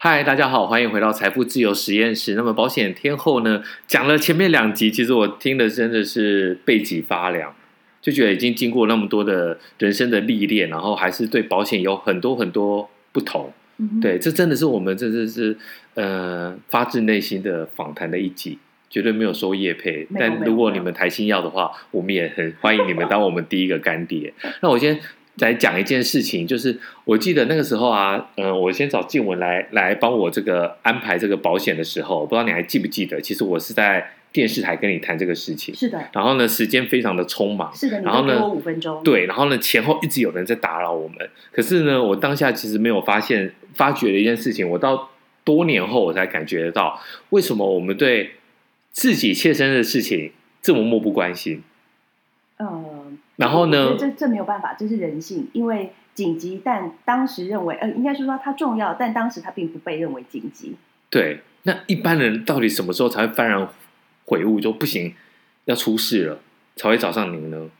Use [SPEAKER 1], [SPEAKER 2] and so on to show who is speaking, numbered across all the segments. [SPEAKER 1] 嗨，大家好，欢迎回到财富自由实验室。那么保险天后呢，讲了前面两集，其实我听的真的是背脊发凉，就觉得已经经过那么多的人生的历练，然后还是对保险有很多很多不同。
[SPEAKER 2] 嗯哼，
[SPEAKER 1] 对，这真的是我们这真是呃发自内心的访谈的一集，绝对没有收业配。
[SPEAKER 2] 没有
[SPEAKER 1] 但
[SPEAKER 2] 没有
[SPEAKER 1] 如果
[SPEAKER 2] 没
[SPEAKER 1] 你
[SPEAKER 2] 有
[SPEAKER 1] 们台新要的话，我们也很欢迎你们当我们第一个干爹。 那我先来讲一件事情，就是我记得那个时候啊，嗯、我先找静文来来帮我这个安排这个保险的时候，我不知道你还记不记得，其实我是在电视台跟你谈这个事情，
[SPEAKER 2] 是的，
[SPEAKER 1] 然后呢，时间非常的匆忙，
[SPEAKER 2] 是的，你
[SPEAKER 1] 然后
[SPEAKER 2] 多
[SPEAKER 1] 呢
[SPEAKER 2] 给我五分钟，，
[SPEAKER 1] 对，然后呢，前后一直有人在打扰我们。可是呢，我当下其实没有发现，发觉了一件事情，我到多年后我才感觉得到，为什么我们对自己切身的事情这么漠不关心。
[SPEAKER 2] 呃，
[SPEAKER 1] 然后
[SPEAKER 2] 我
[SPEAKER 1] 呢
[SPEAKER 2] 觉得，这这没有办法，这是人性，因为紧急，但当时认为，呃，应该是说它重要，但当时它并不被认为紧急。
[SPEAKER 1] 对，那一般人到底什么时候才会幡然悔悟，就不行，要出事了才会找上您呢？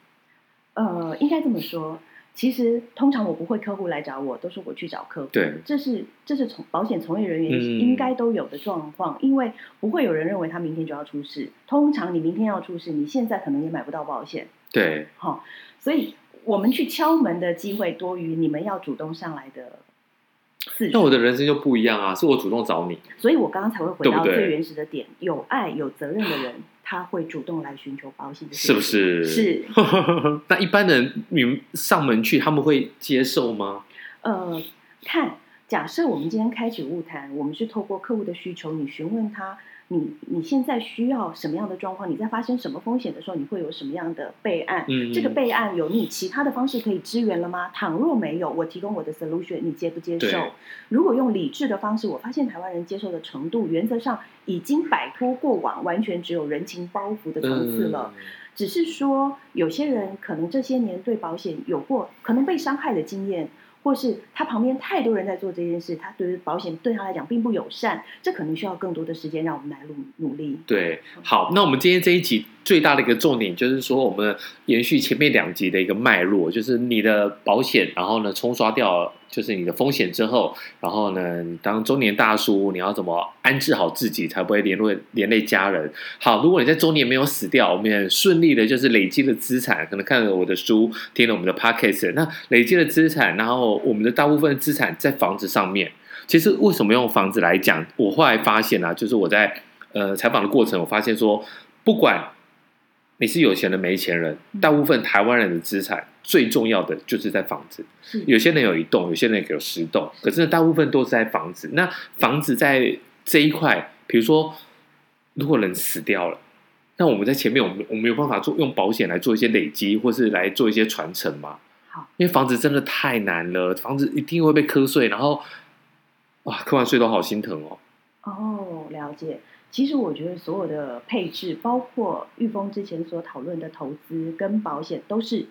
[SPEAKER 2] 呃，应该这么说。其实通常我不会客户来找我，都是我去找客户。
[SPEAKER 1] 对，
[SPEAKER 2] 这是这是从保险从业人员
[SPEAKER 1] 嗯
[SPEAKER 2] 应该都有的状况，因为不会有人认为他明天就要出事。通常你明天要出事，你现在可能也买不到保险，
[SPEAKER 1] 对，
[SPEAKER 2] 哈、所以我们去敲门的机会多于你们要主动上来的次
[SPEAKER 1] 那
[SPEAKER 2] 数。
[SPEAKER 1] 我的人生就不一样啊，是我主动找你。
[SPEAKER 2] 所以我刚刚才会回到
[SPEAKER 1] 对不对
[SPEAKER 2] 最原始的点：有爱、有责任的人，他会主动来寻求保险这件事，
[SPEAKER 1] 是不是？
[SPEAKER 2] 是。
[SPEAKER 1] 那一般人你们上门去，他们会接受吗？
[SPEAKER 2] 呃，看，假设我们今天开启物谈，我们是透过客户的需求，你询问他，你你现在需要什么样的状况，你在发生什么风险的时候，你会有什么样的备案？
[SPEAKER 1] 嗯，
[SPEAKER 2] 这个备案有你其他的方式可以支援了吗？倘若没有，我提供我的 solution，你接不接受
[SPEAKER 1] 对？
[SPEAKER 2] 如果用理智的方式，我发现台湾人接受的程度，原则上已经摆脱过往完全只有人情包袱的层次了。
[SPEAKER 1] 嗯
[SPEAKER 2] 只是说，有些人可能这些年对保险有过可能被伤害的经验，或是他旁边太多人在做这件事，他对于保险对他来讲并不友善，这可能需要更多的时间让我们来努努力。
[SPEAKER 1] 对，
[SPEAKER 2] 嗯
[SPEAKER 1] 好，那我们今天这一集最大的一个重点就是说，我们延续前面两集的一个脉络，就是你的保险，然后呢冲刷掉就是你的风险之后，然后呢你当中年大叔，你要怎么安置好自己，才不会连累连累家人。好，如果你在中年没有死掉，我们也顺利的就是累积了资产，可能看了我的书，听了我们的 podcast，那累积了资产，然后我们的大部分资产在房子上面。其实为什么用房子来讲？我后来发现啊，就是我在呃采访的过程，我发现说，不管你是有钱人没钱人，
[SPEAKER 2] 嗯
[SPEAKER 1] 大部分台湾人的资产最重要的就是在房子。
[SPEAKER 2] 是
[SPEAKER 1] 有些人有一栋，有些人有十栋，可是呢大部分都是在房子。那房子在这一块，比如说，如果人死掉了，那我们在前面，我们我们有办法做用保险来做一些累积，或是来做一些传承吗？
[SPEAKER 2] 好，
[SPEAKER 1] 因为房子真的太难了，房子一定会被瞌睡，然后哇，瞌完睡都好心疼哦。
[SPEAKER 2] 哦，了解。其实我觉得所有的配置，包括玉峰之前所讨论的投资跟保险，都是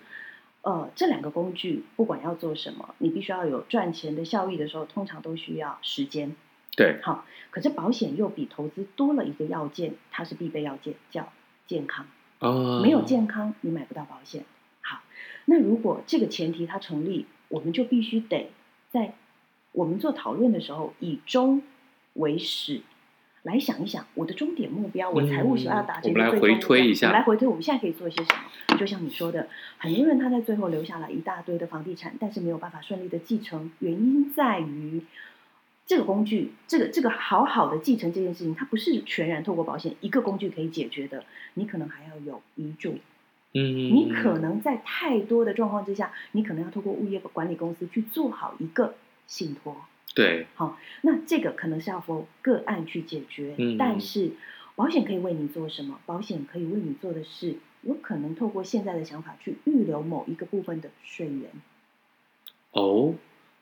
[SPEAKER 2] 呃这两个工具，不管要做什么，你必须要有赚钱的效益的时候，通常都需要时间。
[SPEAKER 1] 对，
[SPEAKER 2] 好，可是保险又比投资多了一个要件，它是必备要件，叫健康。
[SPEAKER 1] 啊，
[SPEAKER 2] 没有健康，你买不到保险。好，那如果这个前提它成立，我们就必须得在我们做讨论的时候，以终为始，来想一想我的终点目标，我财务所要达
[SPEAKER 1] 嗯
[SPEAKER 2] 成
[SPEAKER 1] 我们来
[SPEAKER 2] 的最终
[SPEAKER 1] 回
[SPEAKER 2] 目
[SPEAKER 1] 推
[SPEAKER 2] 标
[SPEAKER 1] 一下
[SPEAKER 2] 我们来回推，我们现在可以做些什么？就像你说的，很多人他在最后留下来一大堆的房地产，但是没有办法顺利的继承，原因在于。这个工具，这个这个好好的继承这件事情，它不是全然透过保险一个工具可以解决的，你可能还要有遗嘱，
[SPEAKER 1] 嗯，
[SPEAKER 2] 你可能在太多的状况之下，你可能要透过物业管理公司去做好一个信托。
[SPEAKER 1] 对，
[SPEAKER 2] 那这个可能是要否个案去解决，
[SPEAKER 1] 嗯
[SPEAKER 2] 但是保险可以为你做什么？保险可以为你做的事，有可能透过现在的想法去预留某一个部分的税源。
[SPEAKER 1] 哦，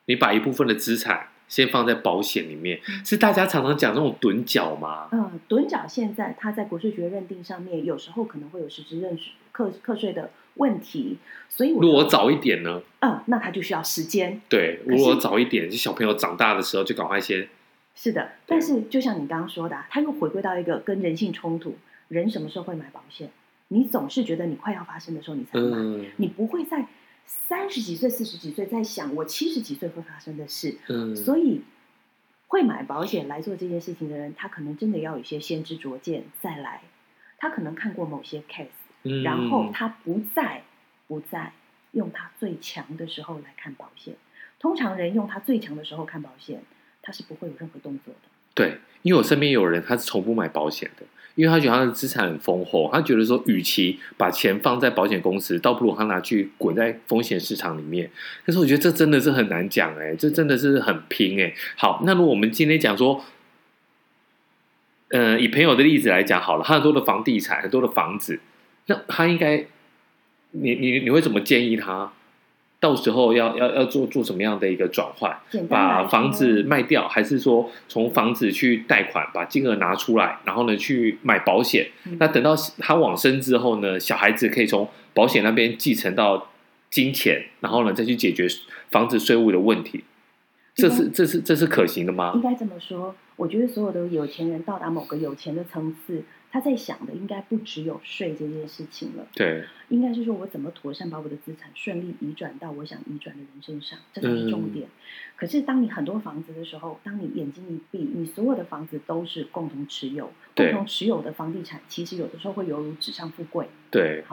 [SPEAKER 1] 你把一部分的资产先放在保险里面，
[SPEAKER 2] 嗯
[SPEAKER 1] 是大家常常讲那种趸缴吗？
[SPEAKER 2] 呃，趸缴现在它在国税局的认定上面，有时候可能会有实质认识课课税的问题，所以我
[SPEAKER 1] 如果我早一点呢？
[SPEAKER 2] 嗯、那它就需要时间。
[SPEAKER 1] 对，
[SPEAKER 2] 可是
[SPEAKER 1] 如果我早一点，就小朋友长大的时候就赶快先，
[SPEAKER 2] 是的，但是就像你刚刚说的、啊，它又回归到一个跟人性冲突。人什么时候会买保险？你总是觉得你快要发生的时候你才买，
[SPEAKER 1] 嗯
[SPEAKER 2] 你不会在三十几岁、四十几岁在想我七十几岁会发生的事。
[SPEAKER 1] 嗯，
[SPEAKER 2] 所以会买保险来做这件事情的人，他可能真的要有一些先知灼见再来，他可能看过某些 case，
[SPEAKER 1] 嗯
[SPEAKER 2] 然后他不再不再用他最强的时候来看保险。通常人用他最强的时候看保险，他是不会有任何动作的。
[SPEAKER 1] 对，因为我身边有人他是从不买保险的，因为他觉得他的资产很丰厚，他觉得说，与其把钱放在保险公司，倒不如他拿去滚在风险市场里面。但是我觉得这真的是很难讲哎、这真的是很拼哎、好，那如果我们今天讲说。呃，以朋友的例子来讲好了，他很多的房地产，很多的房子，那他应该，你你你会怎么建议他？到时候要要要做做什么样的一个转换？
[SPEAKER 2] 简单来
[SPEAKER 1] 把
[SPEAKER 2] 说
[SPEAKER 1] 房子卖掉，还是说从房子去贷款，把金额拿出来，然后呢去买保险？
[SPEAKER 2] 嗯
[SPEAKER 1] 那等到他往生之后呢，小孩子可以从保险那边继承到金钱，然后呢再去解决房子税务的问题。这
[SPEAKER 2] 嗯
[SPEAKER 1] 是这是这是可行的
[SPEAKER 2] 应
[SPEAKER 1] 吗？
[SPEAKER 2] 该这么说，我觉得所有的有钱人到达某个有钱的层次，他在想的应该不只有税这件事情了，
[SPEAKER 1] 对，
[SPEAKER 2] 应该是说我怎么妥善把我的资产顺利移转到我想移转的人身上，这才
[SPEAKER 1] 嗯
[SPEAKER 2] 是重点。可是当你很多房子的时候，当你眼睛一闭，你所有的房子都是共同持有，
[SPEAKER 1] 对
[SPEAKER 2] 共同持有的房地产，其实有的时候会犹如纸上富贵。
[SPEAKER 1] 对，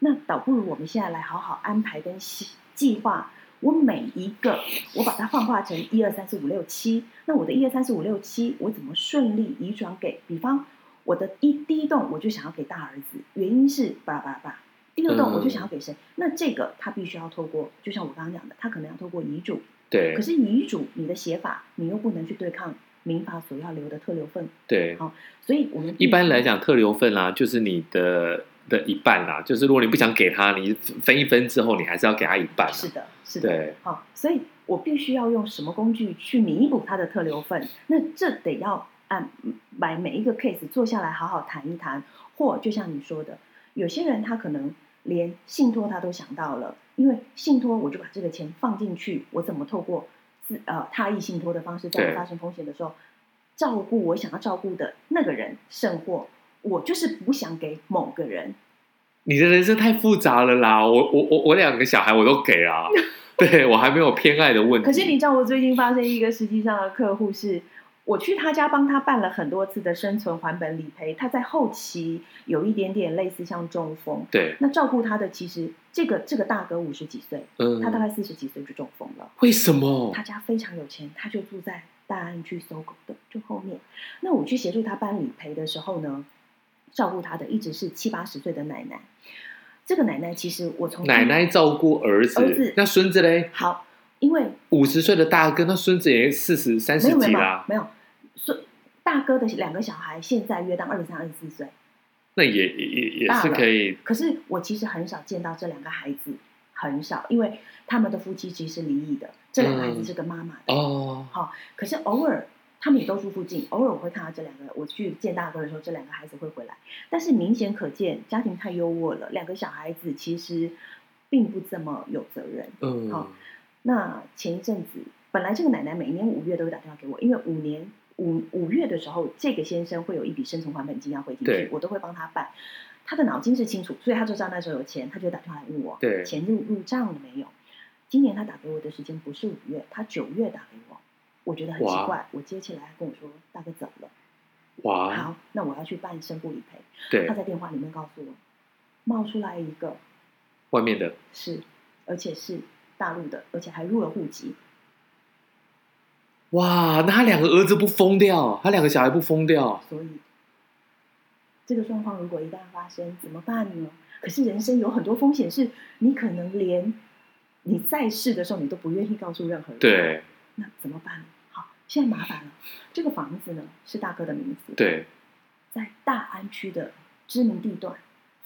[SPEAKER 2] 那倒不如我们现在来好好安排跟计计划。我每一个，我把它幻化成一二三四五六七，那我的一二三四五六七，我怎么顺利移转给？比方我的一第一栋，我就想要给大儿子，原因是叭叭叭。第二
[SPEAKER 1] 嗯
[SPEAKER 2] 栋我就想要给谁？那这个他必须要透过，就像我刚刚讲的，他可能要透过遗嘱。
[SPEAKER 1] 对
[SPEAKER 2] 可，是遗嘱你的写法，你又不能去对抗民法所要留的特留份，
[SPEAKER 1] 对。
[SPEAKER 2] 嗯所以我们必
[SPEAKER 1] 一般
[SPEAKER 2] 须
[SPEAKER 1] 来讲，特留份啦、就是你的的一半啦、就是如果你不想给他，你分一分之后，你还是要给他一半、啊。
[SPEAKER 2] 是的，是的。
[SPEAKER 1] 对，
[SPEAKER 2] 好、所以我必须要用什么工具去弥补它的特留份？那这得要按买每一个 case 坐下来好好谈一谈，或就像你说的，有些人他可能连信托他都想到了，因为信托我就把这个钱放进去，我怎么透过自呃他意信托的方式，在
[SPEAKER 1] 对
[SPEAKER 2] 我发生风险的时候，照顾我想要照顾的那个人，甚或我就是不想给某个人，
[SPEAKER 1] 你的人生太复杂了啦！我我我我两个小孩我都给 啦，对我还没有偏爱的问题。
[SPEAKER 2] 可是你知道，我最近发生一个实际上的客户是，我去他家帮他办了很多次的生存还本理赔，他在后期有一点点类似像中风。
[SPEAKER 1] 对，
[SPEAKER 2] 那照顾他的其实这个这个大哥五十几岁，
[SPEAKER 1] 嗯，
[SPEAKER 2] 他大概四十几岁就中风了。
[SPEAKER 1] 为什么
[SPEAKER 2] 他？家非常有钱，他就住在大安区搜狗的就后面。那我去协助他办理赔的时候呢，照顾他的一直是七八十岁的奶奶。这个奶奶其实我从
[SPEAKER 1] 奶奶照顾儿子，
[SPEAKER 2] 儿子
[SPEAKER 1] 那孙子嘞？
[SPEAKER 2] 好，因为
[SPEAKER 1] 五十岁的大哥，那孙子也四十三
[SPEAKER 2] 没
[SPEAKER 1] 十
[SPEAKER 2] 有没
[SPEAKER 1] 几
[SPEAKER 2] 有
[SPEAKER 1] 啦，
[SPEAKER 2] 没有，所以大哥的两个小孩现在约当二十三、二十四岁，
[SPEAKER 1] 那也也也
[SPEAKER 2] 大
[SPEAKER 1] 是
[SPEAKER 2] 了
[SPEAKER 1] 可以。
[SPEAKER 2] 可是我其实很少见到这两个孩子，很少，因为他们的夫妻其实是离异的，这两个孩子
[SPEAKER 1] 嗯
[SPEAKER 2] 是跟妈妈的，
[SPEAKER 1] 哦，
[SPEAKER 2] 可是偶尔。他们也都住附近，偶尔我会看到这两个。我去见大哥的时候，这两个孩子会回来，但是明显可见家庭太优渥了，两个小孩子其实并不这么有责任。
[SPEAKER 1] 嗯
[SPEAKER 2] 好，那前一阵子，本来这个奶奶每年五月都会打电话给我，因为五年五五月的时候，这个先生会有一笔生存还本金要汇进
[SPEAKER 1] 对
[SPEAKER 2] 去，我都会帮他办。他的脑筋是清楚，所以他就知道那时候有钱，他就打电话来问我
[SPEAKER 1] 对
[SPEAKER 2] 钱入入账了没有。今年他打给我的时间不是五月，他九月打给我，我觉得很奇
[SPEAKER 1] 哇
[SPEAKER 2] 怪。我接起来，他跟我说大哥走了，
[SPEAKER 1] 哇，
[SPEAKER 2] 好，那我要去办身故理赔。
[SPEAKER 1] 对
[SPEAKER 2] 他，在电话里面告诉我，冒出来一个
[SPEAKER 1] 外面的
[SPEAKER 2] 是，而且是大陆的，而且还入了户籍。
[SPEAKER 1] 哇，那他两个儿子不疯掉，他两个小孩不疯掉，
[SPEAKER 2] 所以这个状况如果一旦发生，怎么办呢？可是人生有很多风险，是你可能连你在世的时候你都不愿意告诉任何人。，
[SPEAKER 1] 对
[SPEAKER 2] 那怎么办呢？好，现在麻烦了。这个房子呢是大哥的名字，，
[SPEAKER 1] 对
[SPEAKER 2] 在大安区的知名地段，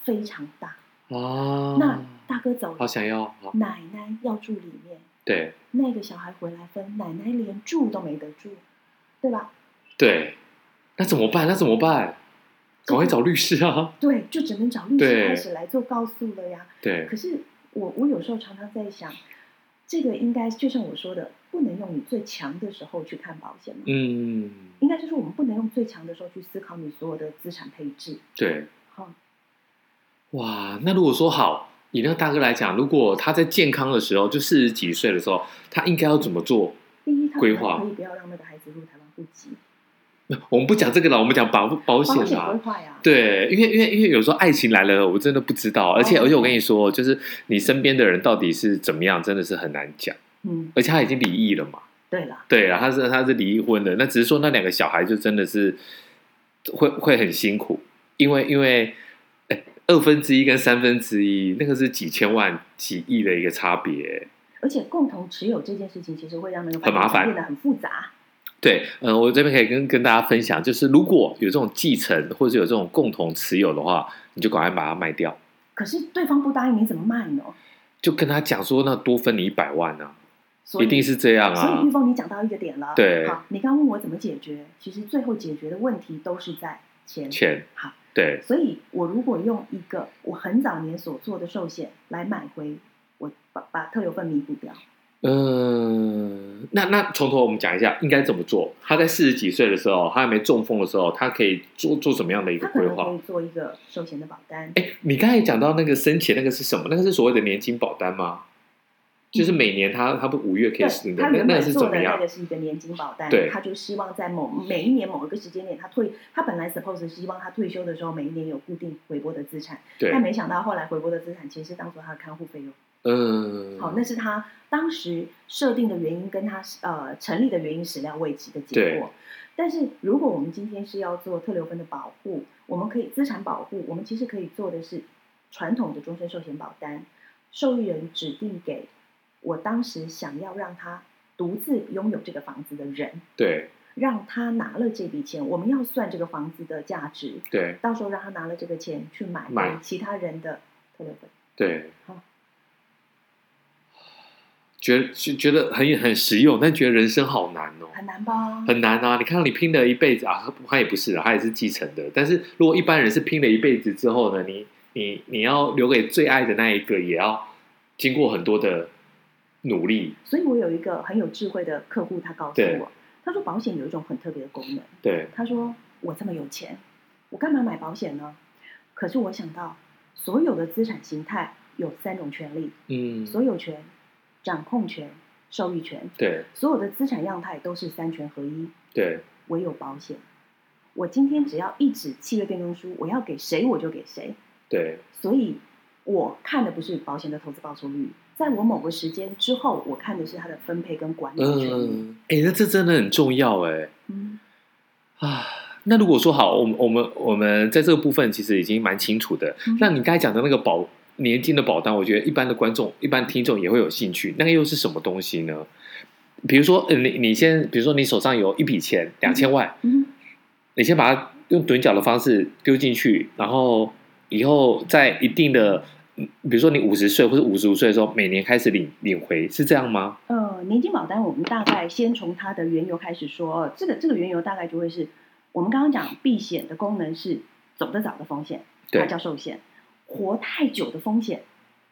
[SPEAKER 2] 非常大。
[SPEAKER 1] 啊，
[SPEAKER 2] 那大哥走
[SPEAKER 1] 好
[SPEAKER 2] 了，
[SPEAKER 1] 想要，好
[SPEAKER 2] 奶奶要住里面，
[SPEAKER 1] 对
[SPEAKER 2] 那个小孩回来分，奶奶连住都没得住，对吧？
[SPEAKER 1] 对，那怎么办？那怎么办？赶快找律师啊！
[SPEAKER 2] 对，就只能找律师
[SPEAKER 1] 对
[SPEAKER 2] 开始来做告诉了呀。
[SPEAKER 1] 对
[SPEAKER 2] 可是我我有时候常常在想，这个应该就像我说的，不能用你最强的时候去看保险嘛。
[SPEAKER 1] 嗯，
[SPEAKER 2] 应该就是我们不能用最强的时候去思考你所有的资产配置。
[SPEAKER 1] 对，
[SPEAKER 2] 好、
[SPEAKER 1] 哇，那如果说好，以那个大哥来讲，如果他在健康的时候，就四十几岁的时候，他应该要怎么做？
[SPEAKER 2] 第一，他
[SPEAKER 1] 规
[SPEAKER 2] 可能
[SPEAKER 1] 划
[SPEAKER 2] 可以不要让那个孩子入台湾户籍，
[SPEAKER 1] 我们不讲这个了，我们讲保保
[SPEAKER 2] 保
[SPEAKER 1] 险
[SPEAKER 2] 险
[SPEAKER 1] 啦
[SPEAKER 2] 规。划呀，
[SPEAKER 1] 对，因为因为因为有时候爱情来了，我真的不知道，而且、
[SPEAKER 2] 哦
[SPEAKER 1] 而且我跟你说，就是你身边的人到底是怎么样，真的是很难讲。
[SPEAKER 2] 嗯，
[SPEAKER 1] 而且他已经离异了嘛，
[SPEAKER 2] 对了，
[SPEAKER 1] 对啊，他是他是离婚的，那只是说那两个小孩就真的是会会很辛苦，因为因为哎二分之一跟三分之一那个是几千万几亿的一个差别。
[SPEAKER 2] 而且共同持有这件事情，其实会让那个
[SPEAKER 1] 很麻烦
[SPEAKER 2] 变得很复杂，
[SPEAKER 1] 对，嗯、我这边可以跟跟大家分享，就是如果有这种继承或者有这种共同持有的话，你就赶快把它卖掉，
[SPEAKER 2] 可是对方不答应，你怎么卖呢？
[SPEAKER 1] 就跟他讲说，那多分你一百万啊，
[SPEAKER 2] 所以
[SPEAKER 1] 一定是这样
[SPEAKER 2] 所
[SPEAKER 1] 啊
[SPEAKER 2] 以玉。峰，你讲到一个点了。
[SPEAKER 1] 对
[SPEAKER 2] 好，你刚问我怎么解决，其实最后解决的问题都是在钱。
[SPEAKER 1] 钱
[SPEAKER 2] 好，
[SPEAKER 1] 对，
[SPEAKER 2] 所以我如果用一个我很早年所做的寿险来买回，我把把特有份弥补掉。
[SPEAKER 1] 嗯，那那从头我们讲一下应该怎么做。他在四十几岁的时候，他还没中风的时候，他可以做做什么样的一个
[SPEAKER 2] 他可
[SPEAKER 1] 规
[SPEAKER 2] 能可
[SPEAKER 1] 划
[SPEAKER 2] 以？做一个寿险的保单，
[SPEAKER 1] 哎，你刚才讲到那个生前那个是什么？那个是所谓的年金保单吗？
[SPEAKER 2] 嗯
[SPEAKER 1] 就是每年他他不五月可以领
[SPEAKER 2] 对，
[SPEAKER 1] 的，
[SPEAKER 2] 他
[SPEAKER 1] 那
[SPEAKER 2] 原
[SPEAKER 1] 那个
[SPEAKER 2] 本
[SPEAKER 1] 是怎
[SPEAKER 2] 做
[SPEAKER 1] 么
[SPEAKER 2] 的那
[SPEAKER 1] 样
[SPEAKER 2] 个？是一个年金保单
[SPEAKER 1] 对，
[SPEAKER 2] 他就希望在某每一年某一个时间点，他退，他本来 suppose 希望他退休的时候每一年有固定回拨的资产，
[SPEAKER 1] 对
[SPEAKER 2] 但，没想到后来回拨的资产其实是当做他的看护费用。
[SPEAKER 1] 嗯，
[SPEAKER 2] 好，那是他当时设定的原因，跟他呃成立的原因始料未及的结
[SPEAKER 1] 对
[SPEAKER 2] 果。但是如果我们今天是要做特留分的保护，我们可以资产保护，我们其实可以做的是传统的终身寿险保单，受益人指定给我当时想要让他独自拥有这个房子的人，
[SPEAKER 1] 对
[SPEAKER 2] 让他拿了这笔钱，我们要算这个房子的价值，
[SPEAKER 1] 对
[SPEAKER 2] 到时候让他拿了这个钱去买
[SPEAKER 1] 买
[SPEAKER 2] 其他人的特留分。
[SPEAKER 1] 对
[SPEAKER 2] 好，
[SPEAKER 1] 觉觉觉得很很实用，但觉得人生好难哦。
[SPEAKER 2] 很难吧？
[SPEAKER 1] 很难啊！你看你拼了一辈子啊，他也不是啊，他也是继承的。但是如果一般人是拼了一辈子之后呢，你你你要留给最爱的那一个，也要经过很多的努力。
[SPEAKER 2] 所以我有一个很有智慧的客户，他告诉
[SPEAKER 1] 对
[SPEAKER 2] 我，他说保险有一种很特别的功能。
[SPEAKER 1] 对
[SPEAKER 2] 他说我这么有钱，我干嘛买保险呢？可是我想到，所有的资产形态有三种权利：
[SPEAKER 1] 嗯，
[SPEAKER 2] 所有权、掌控权、受益权。
[SPEAKER 1] 对
[SPEAKER 2] 所有的资产样态都是三权合一，
[SPEAKER 1] 对
[SPEAKER 2] 唯有保险。我今天只要一纸契约变更书，我要给谁我就给谁。
[SPEAKER 1] 对
[SPEAKER 2] 所以我看的不是保险的投资报酬率，在我某个时间之后，我看的是它的分配跟管理的权利。
[SPEAKER 1] 嗯，哎、那这真的很重要哎、
[SPEAKER 2] 嗯
[SPEAKER 1] 啊。那如果说好，我们我们我们在这个部分其实已经蛮清楚的。
[SPEAKER 2] 嗯
[SPEAKER 1] 那你刚才讲的那个保年金的保单，我觉得一般的观众、一般听众也会有兴趣。那个又是什么东西呢？比如说，呃、你你先，比如说你手上有一笔钱两千万，
[SPEAKER 2] 嗯，
[SPEAKER 1] 你先把它用趸缴的方式丢进去，然后以后在一定的，嗯比如说你五十岁或者五十五岁的时候，每年开始领领回，是这样吗？
[SPEAKER 2] 呃，年金保单我们大概先从它的缘由开始说，呃这个这个缘由大概就会是我们刚刚讲避险的功能是走得早的风险，它
[SPEAKER 1] 对
[SPEAKER 2] 叫寿险；活太久的风险，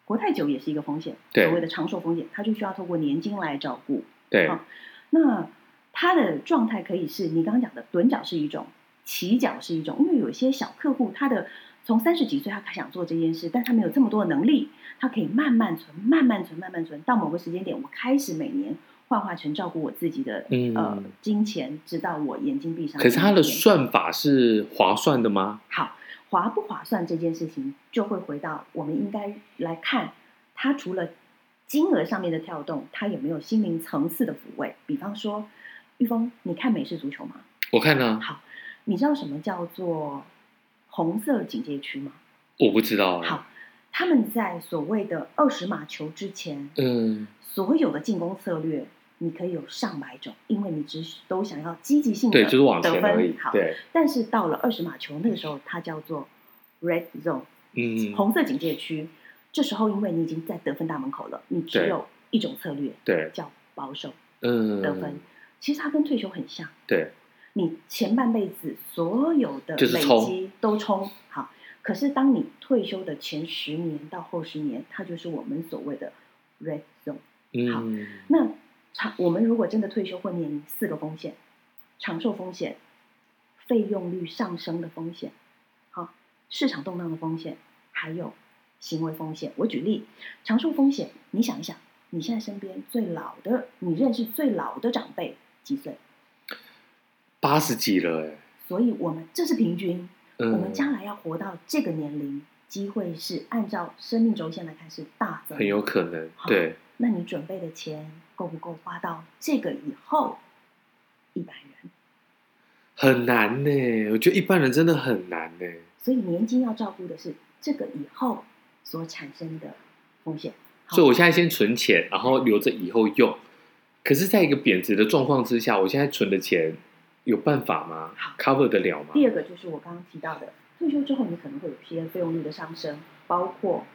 [SPEAKER 2] 活太久也是一个风险，
[SPEAKER 1] 对
[SPEAKER 2] 所谓的长寿风险，它就需要透过年金来照顾。
[SPEAKER 1] 对
[SPEAKER 2] 好那它的状态可以是你刚刚讲的趸缴是一种，起缴是一种，因为有些小客户他的从三十几岁他想做这件事，但他没有这么多的能力，他可以慢慢存、慢慢存、慢慢存，到某个时间点，我开始每年幻化成照顾我自己的、
[SPEAKER 1] 嗯
[SPEAKER 2] 呃金钱，直到我眼睛闭上。
[SPEAKER 1] 可是它的
[SPEAKER 2] 一天
[SPEAKER 1] 算法是划算的吗？
[SPEAKER 2] 好，划不划算这件事情，就会回到我们应该来看，它除了金额上面的跳动，它有没有心灵层次的抚慰？比方说，玉峰，你看美式足球吗？
[SPEAKER 1] 我看呢，
[SPEAKER 2] 好，你知道什么叫做红色警戒区吗？
[SPEAKER 1] 我不知道。
[SPEAKER 2] 好，他们在所谓的二十码球之前，
[SPEAKER 1] 嗯，
[SPEAKER 2] 所有的进攻策略。你可以有上百种，因为你只都想要积极性的
[SPEAKER 1] 对，就是往
[SPEAKER 2] 得
[SPEAKER 1] 前
[SPEAKER 2] 分
[SPEAKER 1] 而已
[SPEAKER 2] 好。，
[SPEAKER 1] 对，
[SPEAKER 2] 但是到了二十码球那个时候，它叫做 red zone，
[SPEAKER 1] 嗯，
[SPEAKER 2] 红色警戒区。这时候，因为你已经在得分大门口了，你只
[SPEAKER 1] 对
[SPEAKER 2] 有一种策略
[SPEAKER 1] 对，
[SPEAKER 2] 叫保守
[SPEAKER 1] 嗯，
[SPEAKER 2] 得分。其实它跟退休很像，
[SPEAKER 1] 对
[SPEAKER 2] 你前半辈子所有的
[SPEAKER 1] 就是
[SPEAKER 2] 累
[SPEAKER 1] 冲
[SPEAKER 2] 积都冲好，可是当你退休的前十年到后十年，它就是我们所谓的 red zone。好
[SPEAKER 1] 嗯，
[SPEAKER 2] 那长我们如果真的退休，会面临四个风险：长寿风险、费用率上升的风险、好市场动荡的风险，还有行为风险。我举例，长寿风险，你想一想，你现在身边最老的，你认识最老的长辈几岁？
[SPEAKER 1] 八十几了、欸，
[SPEAKER 2] 所以我们这是平均，
[SPEAKER 1] 嗯，
[SPEAKER 2] 我们将来要活到这个年龄，机会是按照生命轴线来看是大增。
[SPEAKER 1] 很有可能
[SPEAKER 2] 好，
[SPEAKER 1] 对，
[SPEAKER 2] 那你准备的钱够不够花到这个以后一百元？
[SPEAKER 1] 很难呢、我觉得一般人真的很难呢、
[SPEAKER 2] 所以年金要照顾的是这个以后所产生的风险。好
[SPEAKER 1] 所以我现在先存钱，然后留着以后用。可是，在一个贬值的状况之下，我现在存的钱有办法吗
[SPEAKER 2] 好
[SPEAKER 1] ？cover 得了吗？
[SPEAKER 2] 第二个就是我刚刚提到的，退休之后你可能会有一些费用率的上升，包括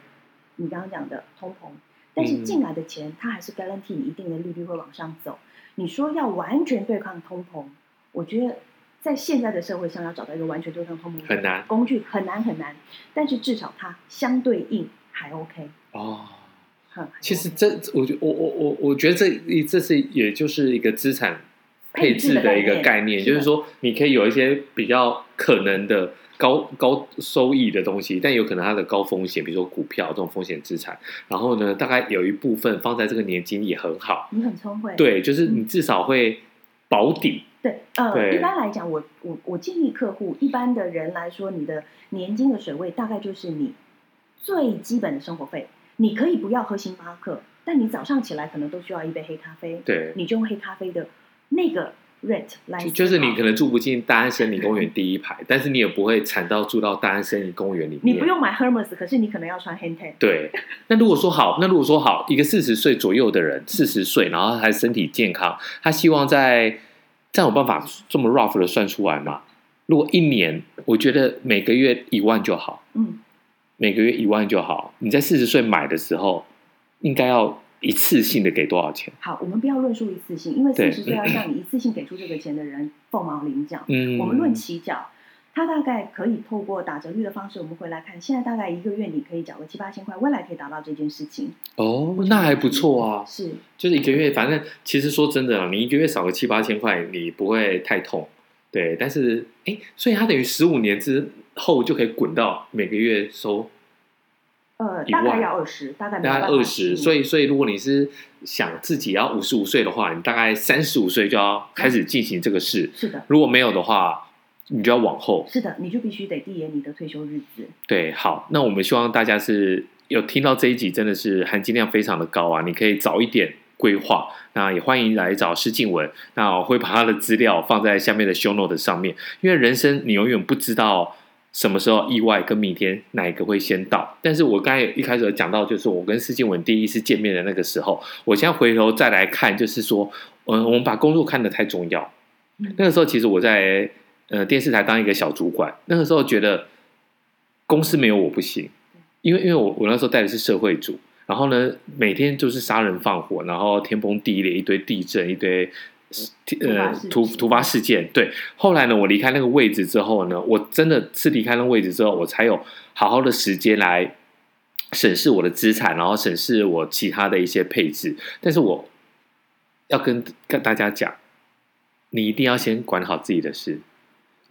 [SPEAKER 2] 你刚刚讲的通膨，但
[SPEAKER 1] 嗯
[SPEAKER 2] 是进来的钱它还是 guarantee 一定的利率会往上走。你说要完全对抗通膨，我觉得在现在的社会上要找到一个完全对抗通膨
[SPEAKER 1] 很难
[SPEAKER 2] 的工具很难很难，但是至少它相对应还 OK，
[SPEAKER 1] 哦。
[SPEAKER 2] 哼，还 OK
[SPEAKER 1] 其实这，我觉我我我我觉得这这是也就是一个资产配
[SPEAKER 2] 配
[SPEAKER 1] 置
[SPEAKER 2] 置
[SPEAKER 1] 的
[SPEAKER 2] 的
[SPEAKER 1] 一个概
[SPEAKER 2] 概
[SPEAKER 1] 念，
[SPEAKER 2] 念
[SPEAKER 1] 就是
[SPEAKER 2] 是的
[SPEAKER 1] 说你可以有一些比较可能的高高收益的东西，但有可能它的高风险，比如说股票这种风险资产。然后呢，大概有一部分放在这个年金也很好，
[SPEAKER 2] 你很聪慧，
[SPEAKER 1] 对，就是你至少会保底。
[SPEAKER 2] 对，呃，
[SPEAKER 1] 对
[SPEAKER 2] 一般来讲，我我我建议客户，一般的人来说，你的年金的水位大概就是你最基本的生活费。你可以不要喝星巴克，但你早上起来可能都需要一杯黑咖啡，
[SPEAKER 1] 对，
[SPEAKER 2] 你就用黑咖啡的那个 rent 来思
[SPEAKER 1] 就
[SPEAKER 2] 考，
[SPEAKER 1] 就是你可能住不进大安森林公园第一排，但是你也不会惨到住到大安森林公园里面。
[SPEAKER 2] 你不用买 Hermes，可是你可能要穿 hand tan。
[SPEAKER 1] 对，那如果说好，那如果说好，一个四十岁左右的人，四十岁，然后他身体健康，他希望在这样有办法这么 rough 的算出来嘛？如果一年，我觉得每个月一万就好，
[SPEAKER 2] 嗯，
[SPEAKER 1] 每个月一万就好。你在四十岁买的时候，应该要一次性的给多少钱？
[SPEAKER 2] 好，我们不要论述一次性，因为
[SPEAKER 1] 对
[SPEAKER 2] 四十岁要向你一次性给出这个钱的人凤毛麟角。
[SPEAKER 1] 嗯，
[SPEAKER 2] 我们论起缴，它大概可以透过打折率的方式，我们回来看，现在大概一个月你可以缴个七八千块，未来可以达到这件事情。
[SPEAKER 1] 哦，那还不错啊。
[SPEAKER 2] 是，
[SPEAKER 1] 就是一个月，反正其实说真的啊，你一个月少个七八千块，你不会太痛，对。但是，哎，所以它等于十五年之后就可以滚到每个月收
[SPEAKER 2] 呃，
[SPEAKER 1] 一
[SPEAKER 2] 大概
[SPEAKER 1] 万
[SPEAKER 2] 要二十，大概没
[SPEAKER 1] 大
[SPEAKER 2] 有
[SPEAKER 1] 概
[SPEAKER 2] 办法
[SPEAKER 1] 二十。
[SPEAKER 2] 嗯
[SPEAKER 1] 所以，所以如果你是想自己要五十五岁的话，你大概三十五岁就要开始进行这个事。
[SPEAKER 2] 是的，
[SPEAKER 1] 如果没有的话，你就要往后。
[SPEAKER 2] 是的，你就必须得递延你的退休日子。
[SPEAKER 1] 对，好，那我们希望大家是有听到这一集，真的是含金量非常的高啊！你可以早一点规划，那也欢迎来找施静文，那我会把他的资料放在下面的 show note 上面，因为人生你永远不知道。什么时候意外跟明天哪一个会先到？但是我刚才一开始有讲到，就是我跟施静文第一次见面的那个时候，我现在回头再来看，就是说，嗯，我们把工作看得太重要，
[SPEAKER 2] 嗯
[SPEAKER 1] 那个时候其实我在呃电视台当一个小主管，那个时候觉得公司没有我不行，因为因为我我那时候带的是社会组，然后呢每天就是杀人放火，然后天崩地裂，一堆地震，一堆。呃，突
[SPEAKER 2] 突发事件
[SPEAKER 1] 突发事件对，后来呢，我离开那个位置之后呢，我真的是离开那个位置之后，我才有好好的时间来审视我的资产，然后审视我其他的一些配置。但是我要跟跟大家讲，你一定要先管好自己的事。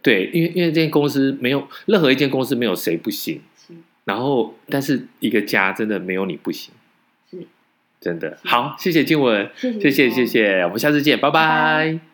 [SPEAKER 1] 对，因为因为这间公司没有任何一间公司没有谁不行，
[SPEAKER 2] 是
[SPEAKER 1] 然后但是一个家真的没有你不行，
[SPEAKER 2] 是，
[SPEAKER 1] 真的。
[SPEAKER 2] 是
[SPEAKER 1] 好，谢谢静文，
[SPEAKER 2] 谢
[SPEAKER 1] 谢谢谢，
[SPEAKER 2] 谢
[SPEAKER 1] 谢，我们下次见，拜
[SPEAKER 2] 拜
[SPEAKER 1] 拜